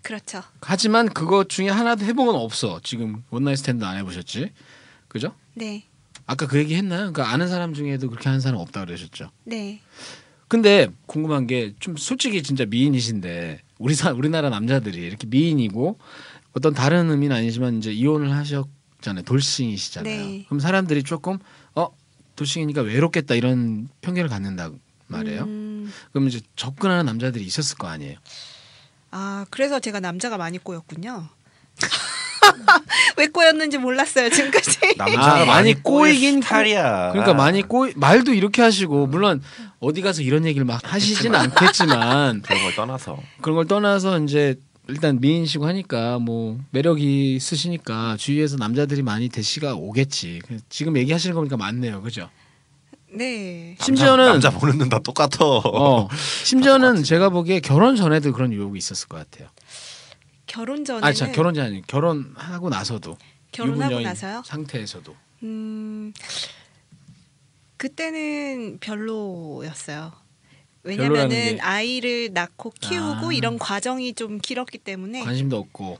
Speaker 5: 그렇죠.
Speaker 1: 하지만 그것 중에 하나도 해본 건 없어 지금 원나잇 스탠드 안 해보셨지 그죠?
Speaker 5: 네.
Speaker 1: 아까 그 얘기 했나요? 그러니까 아는 사람 중에도 그렇게 하는 사람 없다 그러셨죠
Speaker 5: 네.
Speaker 1: 근데 궁금한 게 좀 솔직히 진짜 미인이신데 우리 사 우리나라 남자들이 이렇게 미인이고 어떤 다른 의미는 아니지만 이제 이혼을 하셨잖아요 돌싱이시잖아요.
Speaker 5: 네.
Speaker 1: 그럼 사람들이 조금 어 돌싱이니까 외롭겠다 이런 편견을 갖는다 말이에요.
Speaker 5: 음,
Speaker 1: 그럼 이제 접근하는 남자들이 있었을 거 아니에요.
Speaker 5: 아, 그래서 제가 남자가 많이 꼬였군요. 왜 꼬였는지 몰랐어요, 지금까지.
Speaker 1: 아, 많이 꼬이긴 꼬-
Speaker 6: 탈이야.
Speaker 1: 그러니까 많이 꼬이 말도 이렇게 하시고 물론 어디 가서 이런 얘기를 막 하시진 않겠지만
Speaker 6: 그런 걸 떠나서
Speaker 1: 그런 걸 떠나서 이제 일단 미인이시고 하니까 뭐 매력이 있으시니까 주위에서 남자들이 많이 대시가 오겠지. 그 지금 얘기하시는 거니까 맞네요, 그죠?
Speaker 5: 네.
Speaker 1: 심지어는-
Speaker 6: 남자, 뭐. 남자 보는 눈 다 똑같아.
Speaker 1: 어, 심지어는 제가 보기에 결혼 전에도 그런 유혹이 있었을 것 같아요.
Speaker 5: 결혼 전에는
Speaker 1: 아, 자 결혼 전이 아니 결혼하고 나서도
Speaker 5: 결혼하고
Speaker 1: 유부녀인
Speaker 5: 나서요?
Speaker 1: 상태에서도
Speaker 5: 음. 그때는 별로였어요.
Speaker 1: 별로라는 게-
Speaker 5: 왜냐면은 아이를 낳고 키우고
Speaker 1: 아.
Speaker 5: 이런 과정이 좀 길었기 때문에
Speaker 1: 관심도 없고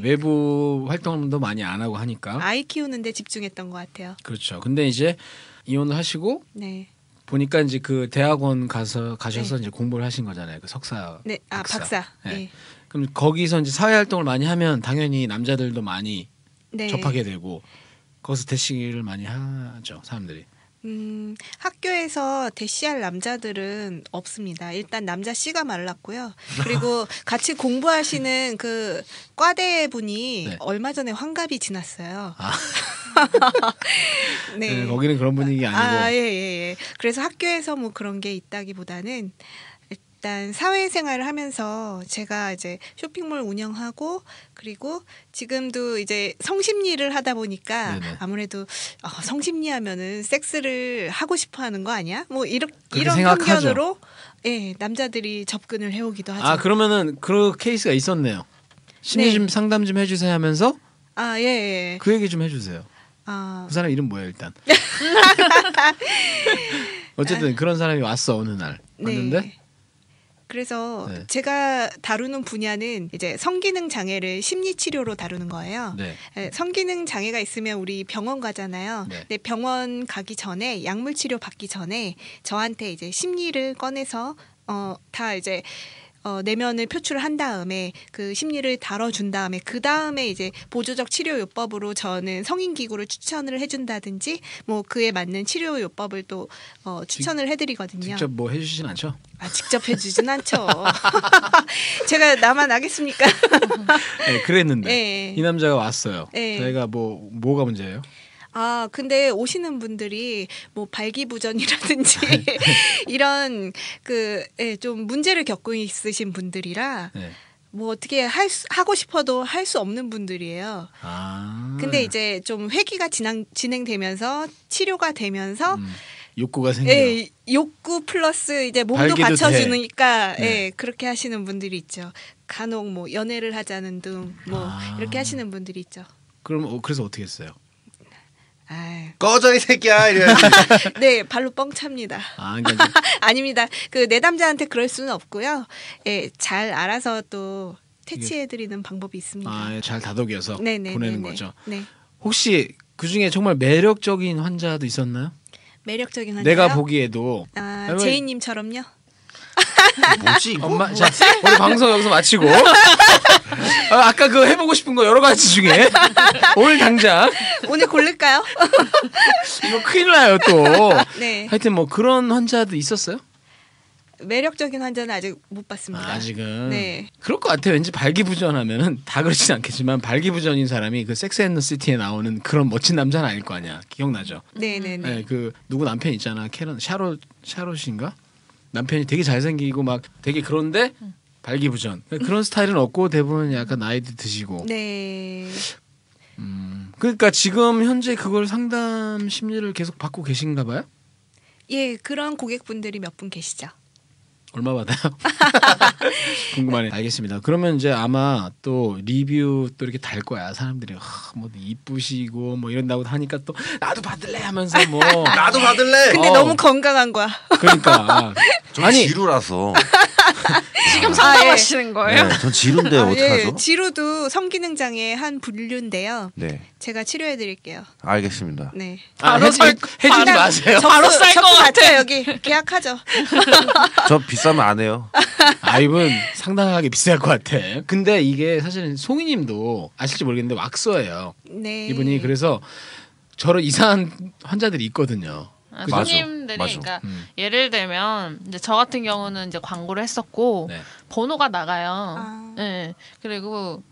Speaker 1: 네, 외부 활동도 많이 안 하고 하니까
Speaker 5: 아이 키우는데 집중했던 것 같아요.
Speaker 1: 그렇죠. 근데 이제 이혼을 하시고
Speaker 5: 네.
Speaker 1: 보니까 이제 그 대학원 가서 가셔서 이제 공부를 하신 거잖아요. 그 석사.
Speaker 5: 네. 아, 박사. 네.
Speaker 1: 그럼 거기서 이제 사회 활동을 많이 하면 당연히 남자들도 많이
Speaker 5: 네.
Speaker 1: 접하게 되고 거기서 대시를 많이 하죠 사람들이.
Speaker 5: 음, 학교에서 대시할 남자들은 없습니다. 일단 남자 씨가 말랐고요. 그리고 같이 공부하시는 그 과대 분이
Speaker 1: 네.
Speaker 5: 얼마 전에 환갑이 지났어요.
Speaker 1: 아. 네, 거기는 그런 분위기 아니고
Speaker 5: 아, 예, 예, 예. 그래서 학교에서 뭐 그런 게 있다기보다는 일단 사회생활을 하면서 제가 이제 쇼핑몰 운영하고 그리고 지금도 이제 성심리를 하다 보니까
Speaker 1: 네네.
Speaker 5: 아무래도 어, 성심리 하면은 섹스를 하고 싶어 하는 거 아니야? 뭐 이런
Speaker 1: 그렇게
Speaker 5: 이런
Speaker 1: 생각하죠.
Speaker 5: 편견으로 예, 남자들이 접근을 해 오기도 하죠.
Speaker 1: 아 그러면은 그 케이스가 있었네요. 심리
Speaker 5: 네.
Speaker 1: 좀 상담 좀 해주세요 하면서
Speaker 5: 아, 예, 예.
Speaker 1: 그 얘기 좀 해주세요.
Speaker 5: 아,
Speaker 1: 그 사람 이름 뭐예요 일단. 어쨌든 그런 사람이 왔어 어느 날 왔는데
Speaker 5: 네. 그래서
Speaker 1: 네.
Speaker 5: 제가 다루는 분야는 이제 성기능 장애를 심리 치료로 다루는 거예요.
Speaker 1: 네.
Speaker 5: 예, 성기능 장애가 있으면 우리 병원 가잖아요.
Speaker 1: 네.
Speaker 5: 근데 병원 가기 전에 약물 치료 받기 전에 저한테 이제 심리를 꺼내서 어 다 이제 어, 내면을 표출한 다음에 그 심리를 다뤄준 다음에 그 다음에 이제 보조적 치료 요법으로 저는 성인 기구를 추천을 해준다든지 뭐 그에 맞는 치료 요법을 또 어, 추천을 해드리거든요.
Speaker 1: 직접 뭐 해주시진 않죠?
Speaker 5: 아, 직접 해주진 않죠. 제가 나만 알겠습니까?
Speaker 1: 네, 그랬는데
Speaker 5: 예.
Speaker 1: 이 남자가 왔어요.
Speaker 5: 예.
Speaker 1: 저희가 뭐 뭐가 문제예요?
Speaker 5: 아, 근데 오시는 분들이 뭐 발기부전이라든지 이런 그, 예, 좀 문제를 겪고 있으신 분들이라
Speaker 1: 네.
Speaker 5: 뭐 어떻게 할 수, 하고 싶어도 할 수 없는 분들이에요.
Speaker 1: 아
Speaker 5: 근데 이제 좀 회기가 진행, 진행되면서 치료가 되면서
Speaker 1: 음, 욕구가 생겨.
Speaker 5: 예, 욕구 플러스 이제 몸도
Speaker 1: 발기도
Speaker 5: 받쳐주니까
Speaker 1: 돼. 네.
Speaker 5: 예, 그렇게 하시는 분들이 있죠. 간혹 뭐 연애를 하자는 등 뭐
Speaker 1: 아.
Speaker 5: 이렇게 하시는 분들이 있죠.
Speaker 1: 그럼 어, 그래서 어떻게 했어요?
Speaker 5: 아,
Speaker 6: 꺼져 이 새끼야 이래야지.
Speaker 5: 네 발로 뻥 찹니다.
Speaker 1: 아, 그러니까 이제
Speaker 5: 아닙니다. 그 내담자한테 그럴 수는 없고요. 예, 잘 알아서 또 퇴치해드리는 방법이 있습니다.
Speaker 1: 아, 잘 다독여서
Speaker 5: 네네,
Speaker 1: 보내는
Speaker 5: 네네.
Speaker 1: 거죠.
Speaker 5: 네,
Speaker 1: 혹시 그 중에 정말 매력적인 환자도 있었나요?
Speaker 5: 매력적인 환자요.
Speaker 1: 내가 보기에도
Speaker 5: 아,
Speaker 1: 아니면-
Speaker 5: 제이님처럼요.
Speaker 6: 뭐지 이거?
Speaker 1: 엄마 자 우리 방송 여기서 마치고 아, 아까 그 해보고 싶은 거 여러 가지 중에 오늘 당장
Speaker 5: 오늘 고를까요?
Speaker 1: 이거 큰일 나요 또
Speaker 5: 네.
Speaker 1: 하여튼 뭐 그런 환자도 있었어요
Speaker 5: 매력적인 환자는 아직 못 봤습니다.
Speaker 1: 아, 아직은
Speaker 5: 네.
Speaker 1: 그럴 것 같아 왠지 발기부전하면은 다 그렇진 않겠지만 발기부전인 사람이 그 섹스 앤더 시티에 나오는 그런 멋진 남자는 아닐 거 아니야 기억나죠
Speaker 5: 네네네.
Speaker 1: 네, 그 누구 남편 있잖아 캐런 샤롯 샤롯인가 남편이 되게 잘생기고 막 되게 그런데 발기부전 그러니까 그런 스타일은 없고 대부분 약간 나이도 드시고
Speaker 5: 네.
Speaker 1: 음, 그러니까 지금 현재 그걸 상담 심리를 계속 받고 계신가 봐요
Speaker 5: 예, 그런 고객분들이 몇 분 계시죠.
Speaker 1: 얼마 받아요 궁금하네 알겠습니다 그러면 이제 아마 또 리뷰 또 이렇게 달 거야 사람들이 아, 뭐 이쁘시고 뭐 이런다고 하니까 또 나도 받을래 하면서 뭐
Speaker 2: 나도 받을래.
Speaker 5: 근데
Speaker 1: 어.
Speaker 5: 너무 건강한 거야.
Speaker 1: 그러니까
Speaker 6: 전
Speaker 1: 아니
Speaker 6: 지루라서.
Speaker 4: 지금 상담하시는 거예요?
Speaker 6: 네, 전 지루인데
Speaker 5: 아, 예,
Speaker 6: 어떡하죠?
Speaker 5: 지루도 성기능 장애 한 분류인데요.
Speaker 6: 네,
Speaker 5: 제가 치료해 드릴게요.
Speaker 6: 알겠습니다.
Speaker 5: 네.
Speaker 1: 아,
Speaker 4: 바로
Speaker 1: 해주,
Speaker 4: 살-
Speaker 1: 해주지 마세요
Speaker 4: 바로 쌀
Speaker 5: 접수
Speaker 4: 것
Speaker 5: 받죠, 여기. 계약하죠.
Speaker 6: 저 비싸면 안 해요.
Speaker 1: 아이브는 상당하게 비쌀 것 같아. 네, 근데 이게 사실은 송이님도 아실지 모르겠는데 왁서예요.
Speaker 5: 네.
Speaker 1: 이분이 그래서 저런 이상한 환자들이 있거든요.
Speaker 4: 아,
Speaker 1: 그죠?
Speaker 4: 손님들이
Speaker 6: 맞아, 맞아.
Speaker 4: 그러니까
Speaker 1: 음.
Speaker 4: 예를 들면 이제 저 같은 경우는 이제 광고를 했었고
Speaker 1: 네.
Speaker 4: 번호가 나가요.
Speaker 5: 아.
Speaker 4: 네. 그리고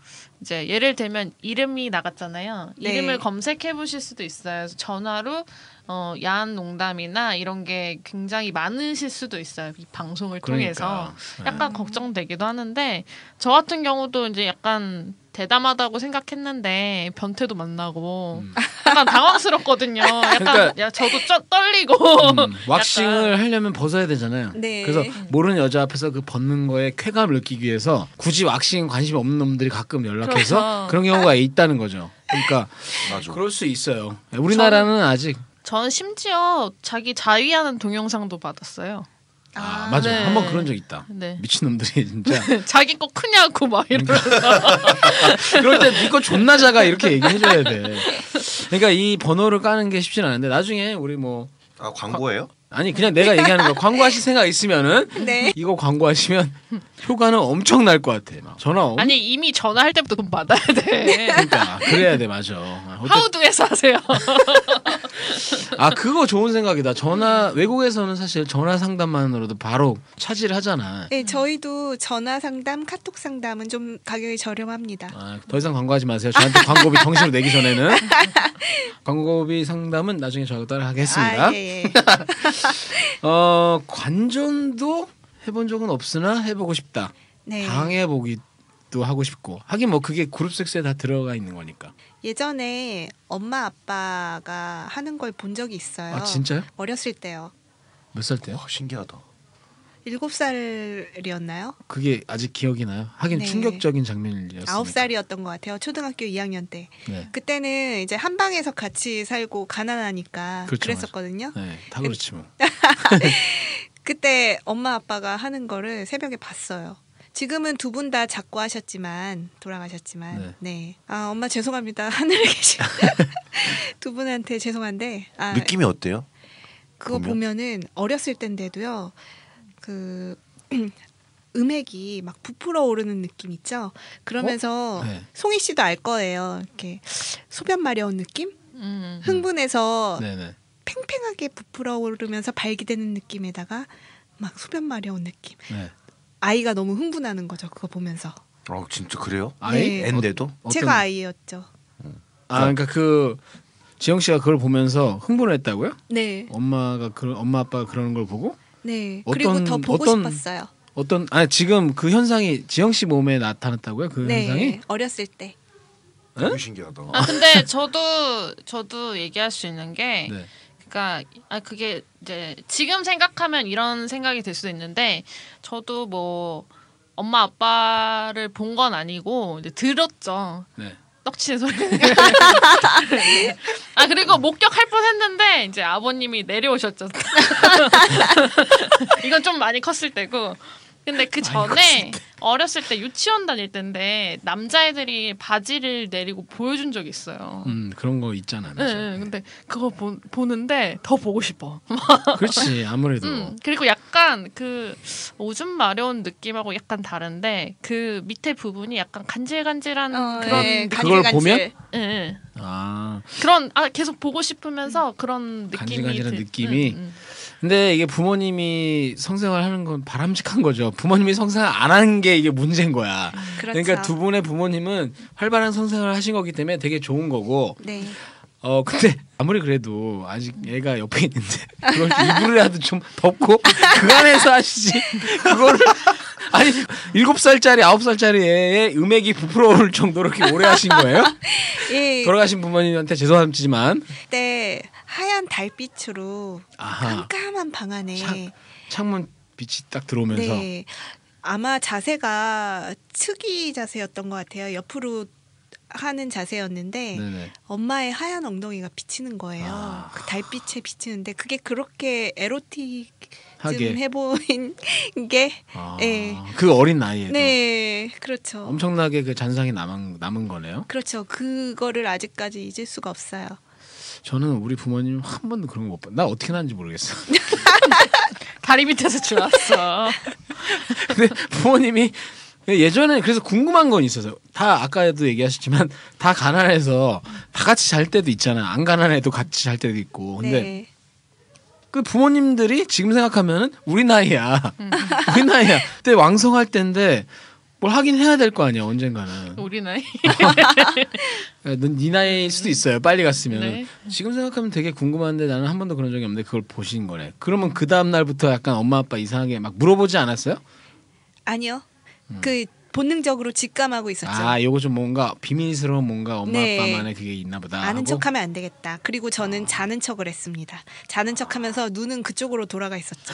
Speaker 4: 이제 예를 들면 이름이 나갔잖아요.
Speaker 5: 네.
Speaker 4: 이름을 검색해 보실 수도 있어요. 그래서 전화로 어, 야한 농담이나 이런 게 굉장히 많으실 수도 있어요. 이 방송을 통해서
Speaker 1: 그러니까
Speaker 4: 약간 걱정되기도 하는데 저 같은 경우도 이제 약간 대담하다고 생각했는데 변태도 만나고 약간 당황스럽거든요. 약간
Speaker 1: 음. 그러니까-
Speaker 4: 야, 저도 쪄, 떨리고
Speaker 1: 음, 왁싱을 하려면 벗어야 되잖아요.
Speaker 5: 네.
Speaker 1: 그래서 모르는 여자 앞에서 그 벗는 거에 쾌감을 느끼기 위해서 굳이 왁싱 관심 없는 놈들이 가끔 연락해서
Speaker 4: 그렇죠.
Speaker 1: 그런 경우가 있다는 거죠. 그러니까
Speaker 6: 맞아.
Speaker 1: 그럴 수 있어요. 우리나라는 아직
Speaker 4: 저는 심지어 자기 자위하는 동영상도 받았어요.
Speaker 1: 아, 맞아
Speaker 4: 네.
Speaker 1: 한번 그런 적 있다.
Speaker 4: 네.
Speaker 1: 미친 놈들이 진짜
Speaker 4: 자기 거 크냐고 막 이러면서
Speaker 1: 그럴 때니거 존나 작아 이렇게 얘기해줘야 돼. 그러니까 이 번호를 까는 게 쉽진 않은데 나중에 우리 뭐
Speaker 6: 아 광고예요?
Speaker 1: 아니 그냥 내가 얘기하는 거 광고하실 생각 있으면은
Speaker 5: 네.
Speaker 1: 이거 광고하시면 효과는 엄청 날 것 같아. 막 전화 엄
Speaker 4: 아니 이미 전화할 때부터 돈 받아야 돼.
Speaker 1: 그러니까 그래야 돼 맞아. 아, 어때-
Speaker 4: 하우드에서 하세요.
Speaker 1: 아 그거 좋은 생각이다. 전화 외국에서는 사실 전화 상담만으로도 바로 차지를 하잖아.
Speaker 5: 예, 저희도 전화 상담, 카톡 상담은 좀 가격이 저렴합니다.
Speaker 1: 아, 더 이상 광고하지 마세요. 저한테 광고비 정식으로 내기 전에는 광고비 상담은 나중에 저하고 따라 하겠습니다.
Speaker 5: 아, 예, 예.
Speaker 1: 어 관전도 해본 적은 없으나 해보고 싶다.
Speaker 5: 네.
Speaker 1: 당해보기도 하고 싶고 하긴 뭐 그게 그룹 섹스에 다 들어가 있는 거니까.
Speaker 5: 예전에 엄마 아빠가 하는 걸 본 적이 있어요.
Speaker 1: 아 진짜요?
Speaker 5: 어렸을 때요.
Speaker 1: 몇 살 때요?
Speaker 6: 와, 어, 신기하다.
Speaker 5: 일곱 살이었나요?
Speaker 1: 그게 아직 기억이 나요. 하긴
Speaker 5: 네.
Speaker 1: 충격적인 장면이었어요.
Speaker 5: 아홉 살이었던 것 같아요. 초등학교 2학년 때.
Speaker 1: 네.
Speaker 5: 그때는 이제 한 방에서 같이 살고 가난하니까
Speaker 1: 그렇죠,
Speaker 5: 그랬었거든요
Speaker 1: 네, 다 그렇지 뭐.
Speaker 5: 그때 엄마 아빠가 하는 거를 새벽에 봤어요. 지금은 두 분 다 작고 하셨지만 돌아가셨지만
Speaker 1: 네.
Speaker 5: 네. 아 엄마 죄송합니다 하늘에 계신 두 분한테 죄송한데 아
Speaker 6: 느낌이 어때요?
Speaker 5: 그거
Speaker 6: 보면?
Speaker 5: 보면? 은 어렸을 땐데도요 그 음액이 막 부풀어 오르는 느낌 있죠 그러면서
Speaker 1: 네.
Speaker 5: 송희 씨도 알 거예요 이렇게 소변 마려운 느낌
Speaker 4: 음.
Speaker 5: 흥분해서
Speaker 1: 네네.
Speaker 5: 팽팽하게 부풀어 오르면서 발기되는 느낌에다가 막 소변 마려운 느낌
Speaker 1: 네.
Speaker 5: 아이가 너무 흥분하는 거죠 그거 보면서
Speaker 6: 아 진짜 그래요?
Speaker 1: 아이
Speaker 5: 네.
Speaker 6: 앤데도?
Speaker 1: 어떤-
Speaker 5: 제가 아이였죠
Speaker 1: 아 그러니까 그 지영 씨가 그걸 보면서 흥분을 했다고요?
Speaker 5: 네
Speaker 1: 엄마가 그 엄마 아빠가 그러는 걸 보고
Speaker 5: 네.
Speaker 1: 어떤-
Speaker 5: 그리고 더 보고
Speaker 1: 어떤-
Speaker 5: 싶었어요
Speaker 1: 어떤 아 지금 그 현상이 지영 씨 몸에 나타났다고요? 그 현상이?
Speaker 5: 네 어렸을 때
Speaker 6: 너무 신기하다.
Speaker 4: 아 근데 저도 저도 얘기할 수 있는 게
Speaker 1: 네.
Speaker 4: 그러니까 아 그게 이제 지금 생각하면 이런 생각이 들 수도 있는데 저도 뭐 엄마 아빠를 본 건 아니고 이제 들었죠.
Speaker 1: 네.
Speaker 4: 떡치는 소리. 아 그리고 목격할 뻔했는데 이제 아버님이 내려오셨죠. 이건 좀 많이 컸을 때고 근데 그 전에 어렸을 때 유치원 다닐 때인데 남자애들이 바지를 내리고 보여준 적이 있어요.
Speaker 1: 음 그런 거 있잖아.
Speaker 4: 네,
Speaker 1: 맞아.
Speaker 4: 근데 그거 보, 보는데 더 보고 싶어.
Speaker 1: 그렇지 아무래도
Speaker 4: 음, 그리고 약간 그 오줌 마려운 느낌하고 약간 다른데 그 밑에 부분이 약간 간질간질한 음, 그런
Speaker 5: 예,
Speaker 1: 그걸
Speaker 5: 간질간질.
Speaker 1: 보면?
Speaker 4: 예, 예.
Speaker 1: 아
Speaker 4: 그런 아 계속 보고 싶으면서 그런 느낌이
Speaker 1: 음. 간질간질한
Speaker 4: 들-
Speaker 1: 느낌이?
Speaker 4: 음, 음.
Speaker 1: 근데 이게 부모님이 성생활 하는 건 바람직한 거죠. 부모님이 성생활 안 하는 게 이게 문제인 거야.
Speaker 5: 그렇죠.
Speaker 1: 그러니까두 분의 부모님은 활발한 성생활을 하신 거기 때문에 되게 좋은 거고
Speaker 5: 네.
Speaker 1: 어 근데 아무리 그래도 아직 애가 옆에 있는데 그걸 이불이라도 좀 덮고 그 안에서 하시지 그거를 아니 일곱 살짜리 아홉 살짜리 애의 음액이 부풀어올 정도로 이렇게 오래 하신 거예요?
Speaker 5: 예,
Speaker 1: 돌아가신 부모님한테 죄송함지만
Speaker 5: 그때 하얀 달빛으로
Speaker 1: 아하
Speaker 5: 깜깜한 방 안에
Speaker 1: 창- 창문 빛이 딱 들어오면서
Speaker 5: 네. 아마 자세가 측이 자세였던 것 같아요. 옆으로 하는 자세였는데
Speaker 1: 네네
Speaker 5: 엄마의 하얀 엉덩이가 비치는 거예요.
Speaker 1: 아.
Speaker 5: 그 달빛에 비치는데 그게 그렇게 에로틱
Speaker 1: 하게.
Speaker 5: 좀 해보인 게
Speaker 1: 아,
Speaker 5: 네.
Speaker 1: 그 어린 나이에도
Speaker 5: 네, 그렇죠.
Speaker 1: 엄청나게 그 잔상이 남은 남은 거네요.
Speaker 5: 그렇죠. 그거를 아직까지 잊을 수가 없어요.
Speaker 1: 저는 우리 부모님 한 번도 그런 거 못 봐. 나 어떻게 나는지 모르겠어.
Speaker 4: 다리 밑에서 줄었어.
Speaker 1: 근데 부모님이 예전에 그래서 궁금한 건 있어서 다 아까도 얘기하셨지만 다 가난해서 다 같이 잘 때도 있잖아. 안 가난해도 같이 잘 때도 있고. 근데
Speaker 5: 네.
Speaker 1: 그 부모님들이 지금 생각하면은 우리 나이야.
Speaker 5: 음.
Speaker 1: 우리 나이야. 그때 왕성할 때인데 뭘 하긴 해야 될 거 아니야. 언젠가는.
Speaker 4: 우리 나이.
Speaker 1: 예, 넌네 나이일 수도 있어요. 빨리 갔으면
Speaker 4: 네.
Speaker 1: 지금 생각하면 되게 궁금한데 나는 한 번도 그런 적이 없는데 그걸 보신 거네. 그러면 그 다음 날부터 약간 엄마 아빠 이상하게 막 물어보지 않았어요?
Speaker 5: 아니요. 그 본능적으로 직감하고 있었죠.
Speaker 1: 음. 아, 요거 좀 뭔가 비밀스러운 뭔가 엄마
Speaker 5: 네.
Speaker 1: 아빠만의 그게 있나 보다.
Speaker 5: 아는
Speaker 1: 하고. 아.
Speaker 5: 척하면 안 되겠다. 그리고 저는 자는 척을 했습니다. 자는 척하면서 눈은 그쪽으로 돌아가 있었죠.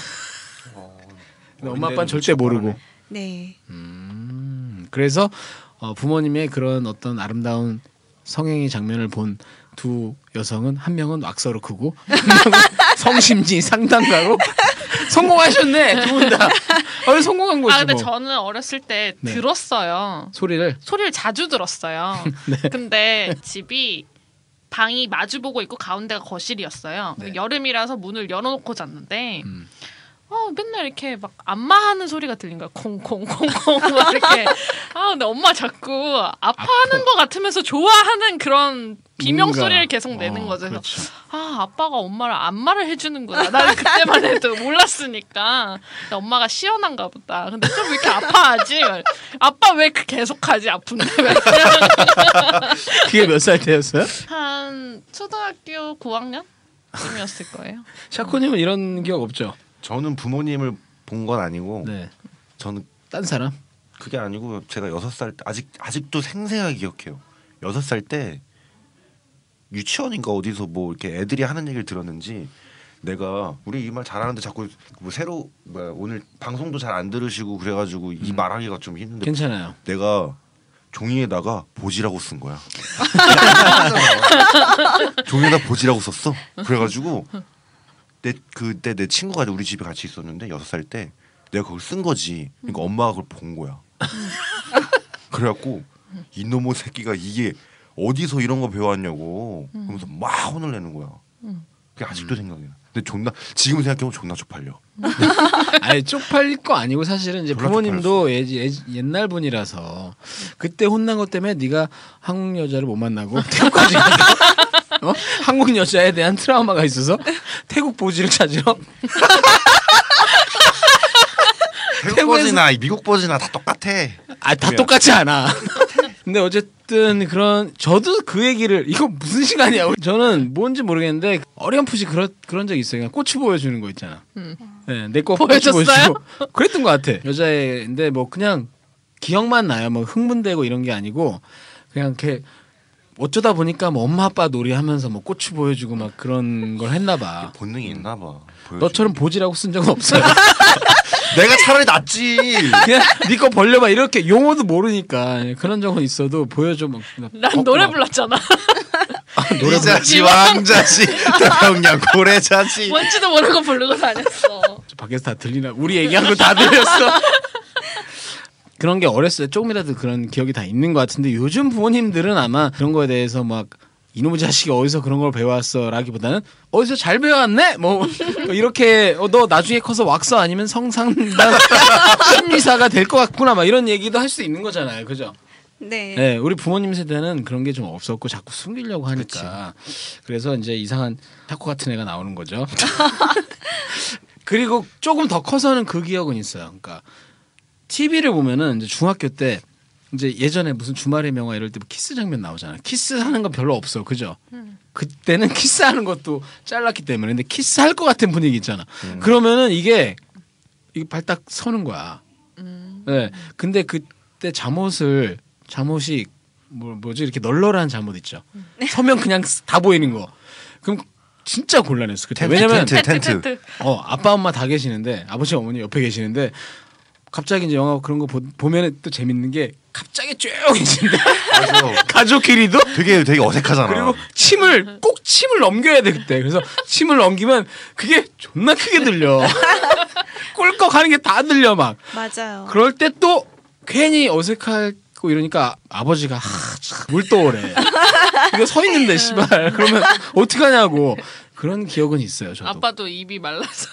Speaker 1: 근데 엄마 아빠는 절대 모르고.
Speaker 5: 네,
Speaker 1: 음, 그래서 어, 부모님의 그런 어떤 아름다운 성행의 장면을 본 두 여성은 한 명은 왁서로 크고 한 명은 성심지 상담가로 성공하셨네 두 분 다. 어, 왜 성공한 거지
Speaker 4: 아 근데
Speaker 1: 뭐.
Speaker 4: 저는 어렸을 때
Speaker 1: 네.
Speaker 4: 들었어요.
Speaker 1: 소리를
Speaker 4: 소리를 자주 들었어요.
Speaker 1: 네.
Speaker 4: 근데 집이 방이 마주 보고 있고 가운데가 거실이었어요.
Speaker 1: 네.
Speaker 4: 여름이라서 문을 열어놓고 잤는데
Speaker 1: 음.
Speaker 4: 어, 맨날 이렇게 막 안마하는 소리가 들린 거야. 콩콩콩콩 막 이렇게. 아 근데 엄마 자꾸 아파하는 것 같으면서 좋아하는 그런 비명
Speaker 1: 뭔가.
Speaker 4: 소리를 계속 내는
Speaker 1: 어,
Speaker 4: 거죠. 그래서
Speaker 1: 그렇죠.
Speaker 4: 아, 아빠가 엄마를 안마를 해주는구나. 나는 그때만 해도 몰랐으니까. 근데 엄마가 시원한가 보다. 근데 좀 왜 이렇게 아파하지? 아빠 왜 그- 계속하지? 아픈데. 왜?
Speaker 1: 그게 몇 살 때였어요?
Speaker 4: 한 초등학교 9학년? 쯤이었을 거예요.
Speaker 1: 샤코님은 이런 기억 없죠?
Speaker 6: 저는 부모님을 본 건 아니고
Speaker 1: 네.
Speaker 6: 저는
Speaker 1: 딴 사람?
Speaker 6: 그게 아니고 제가 여섯 살 때- 아직 아직도 생생하게 기억해요. 여섯 살 때 유치원인가 어디서 뭐 이렇게 애들이 하는 얘기를 들었는지 내가 우리 이 말 잘하는데 자꾸 뭐 새로 뭐야 오늘 방송도 잘 안 들으시고 그래가지고 이 말하기가 좀 힘든데
Speaker 1: 괜찮아요.
Speaker 6: 내가 종이에다가 보지라고 쓴 거야. 종이에다 보지라고 썼어. 그래가지고 내 그때 내 친구가 우리 집에 같이 있었는데 여섯 살 때 내가 그걸 쓴 거지. 그러니까 엄마가 그걸 본 거야. 그래갖고 이놈의 새끼가 이게 어디서 이런 거 배워왔냐고 그러면서 막 혼을 내는 거야. 그게 아직도 생각이 나. 근데 존나 지금 생각해보면 존나 쪽팔려.
Speaker 1: 아니 쪽팔릴 거 아니고 사실은 이제
Speaker 6: 졸라
Speaker 1: 부모님도 예, 예, 옛날 분이라서 그때 혼난 것 때문에 네가 한국 여자를 못 만나고 태국까지 가서 어? 한국 여자에 대한 트라우마가 있어서 태국 보지를 찾으러
Speaker 6: 태국 버지나 미국 버지나 다 똑같아.
Speaker 1: 아 다 똑같지 않아. 근데 어쨌든 그런 저도 그 얘기를 이거 무슨 시간이야? 우리. 저는 뭔지 모르겠는데 어렴풋이 그런 그런 적 있어요. 그냥 꼬치 보여주는 거 있잖아. 네, 내거 꼬치
Speaker 4: 보여줬어요?
Speaker 1: 보여주고 그랬던 것 같아. 여자애인데 뭐 그냥 기억만 나요. 뭐 흥분되고 이런 게 아니고 그냥 이렇게 어쩌다 보니까 뭐 엄마 아빠 놀이하면서 뭐 꼬치 보여주고 막 그런 걸 했나 봐.
Speaker 6: 본능이 있나 봐. 보여주기.
Speaker 1: 너처럼 보지라고 쓴 적은 없어요.
Speaker 6: 내가 차라리 낫지.
Speaker 1: 그냥 네 거 벌려봐 이렇게 용어도 모르니까 그런 적은 있어도 보여줘 막.
Speaker 4: 난
Speaker 1: 어,
Speaker 4: 노래 불렀잖아.
Speaker 6: 리자지 왕자지 태평양 고래자지
Speaker 4: 뭔지도 모르고 부르고 다녔어.
Speaker 1: 밖에서 다 들리나 우리 얘기한 거 다 들렸어 그런 게 어렸을 때 조금이라도 그런 기억이 다 있는 것 같은데 요즘 부모님들은 아마 그런 거에 대해서 막 이놈의 자식이 어디서 그런 걸 배웠어라기보다는 어디서 잘 배웠네 뭐 이렇게 어, 너 나중에 커서 왁서 아니면 성상단 심리사가 될 것 같구나 막 이런 얘기도 할 수 있는 거잖아요 그죠?
Speaker 5: 네.
Speaker 1: 네, 우리 부모님 세대는 그런 게 좀 없었고 자꾸 숨기려고 하니까 그래서 이제 이상한 타코 같은 애가 나오는 거죠. 그리고 조금 더 커서는 그 기억은 있어요. 그러니까 TV를 보면은 이제 중학교 때 이제 예전에 무슨 주말의 명화 이럴 때뭐 키스 장면 나오잖아. 키스하는 건 별로 없어, 그죠? 그때는 키스하는 것도 잘랐기 때문에 근데 키스할 것 같은 분위기 있잖아. 그러면은 이게 이게 발딱 서는 거야. 네. 근데 그때 잠옷을 잠옷이 뭐, 뭐지 이렇게 널널한 잠옷 있죠. 서면 그냥 다 보이는 거. 그럼 진짜 곤란했어. 그때
Speaker 6: 텐트,
Speaker 1: 왜냐면
Speaker 6: 텐트, 텐트.
Speaker 1: 어 아빠 엄마 다 계시는데 아버지 어머니 옆에 계시는데 갑자기 이제 영화 그런 거 보, 보면 또 재밌는 게 갑자기 조용해진다.
Speaker 6: 그래서
Speaker 1: 가족끼리도
Speaker 6: 되게 되게 어색하잖아.
Speaker 1: 그리고 침을 꼭 침을 넘겨야 돼 그때. 그래서 침을 넘기면 그게 존나 크게 들려. 꿀꺽 하는 게 다 들려 막.
Speaker 5: 맞아요.
Speaker 1: 그럴 때 또 괜히 어색하고 이러니까 아버지가 하, 참, 뭘 떠오래. 이거 서 있는데
Speaker 5: 네.
Speaker 1: 씨발 그러면 어떡하냐고 그런 기억은 있어요. 저도.
Speaker 4: 아빠도 입이 말라서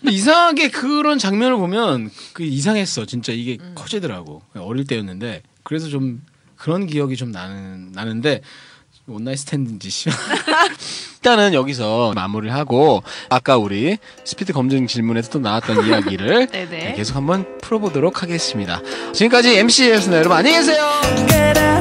Speaker 1: 근데 이상하게 그런 장면을 보면 그 이상했어. 진짜 이게 커지더라고. 어릴 때였는데 그래서 좀 그런 기억이 좀 나는 나는데 온라인 스탠드인지 씨. 일단은 여기서 마무리를 하고 아까 우리 스피드 검증 질문에서 또 나왔던 이야기를
Speaker 4: 네네.
Speaker 1: 계속 한번 풀어보도록 하겠습니다. 지금까지 MC 였습니다. 여러분 안녕히 계세요.
Speaker 7: get out.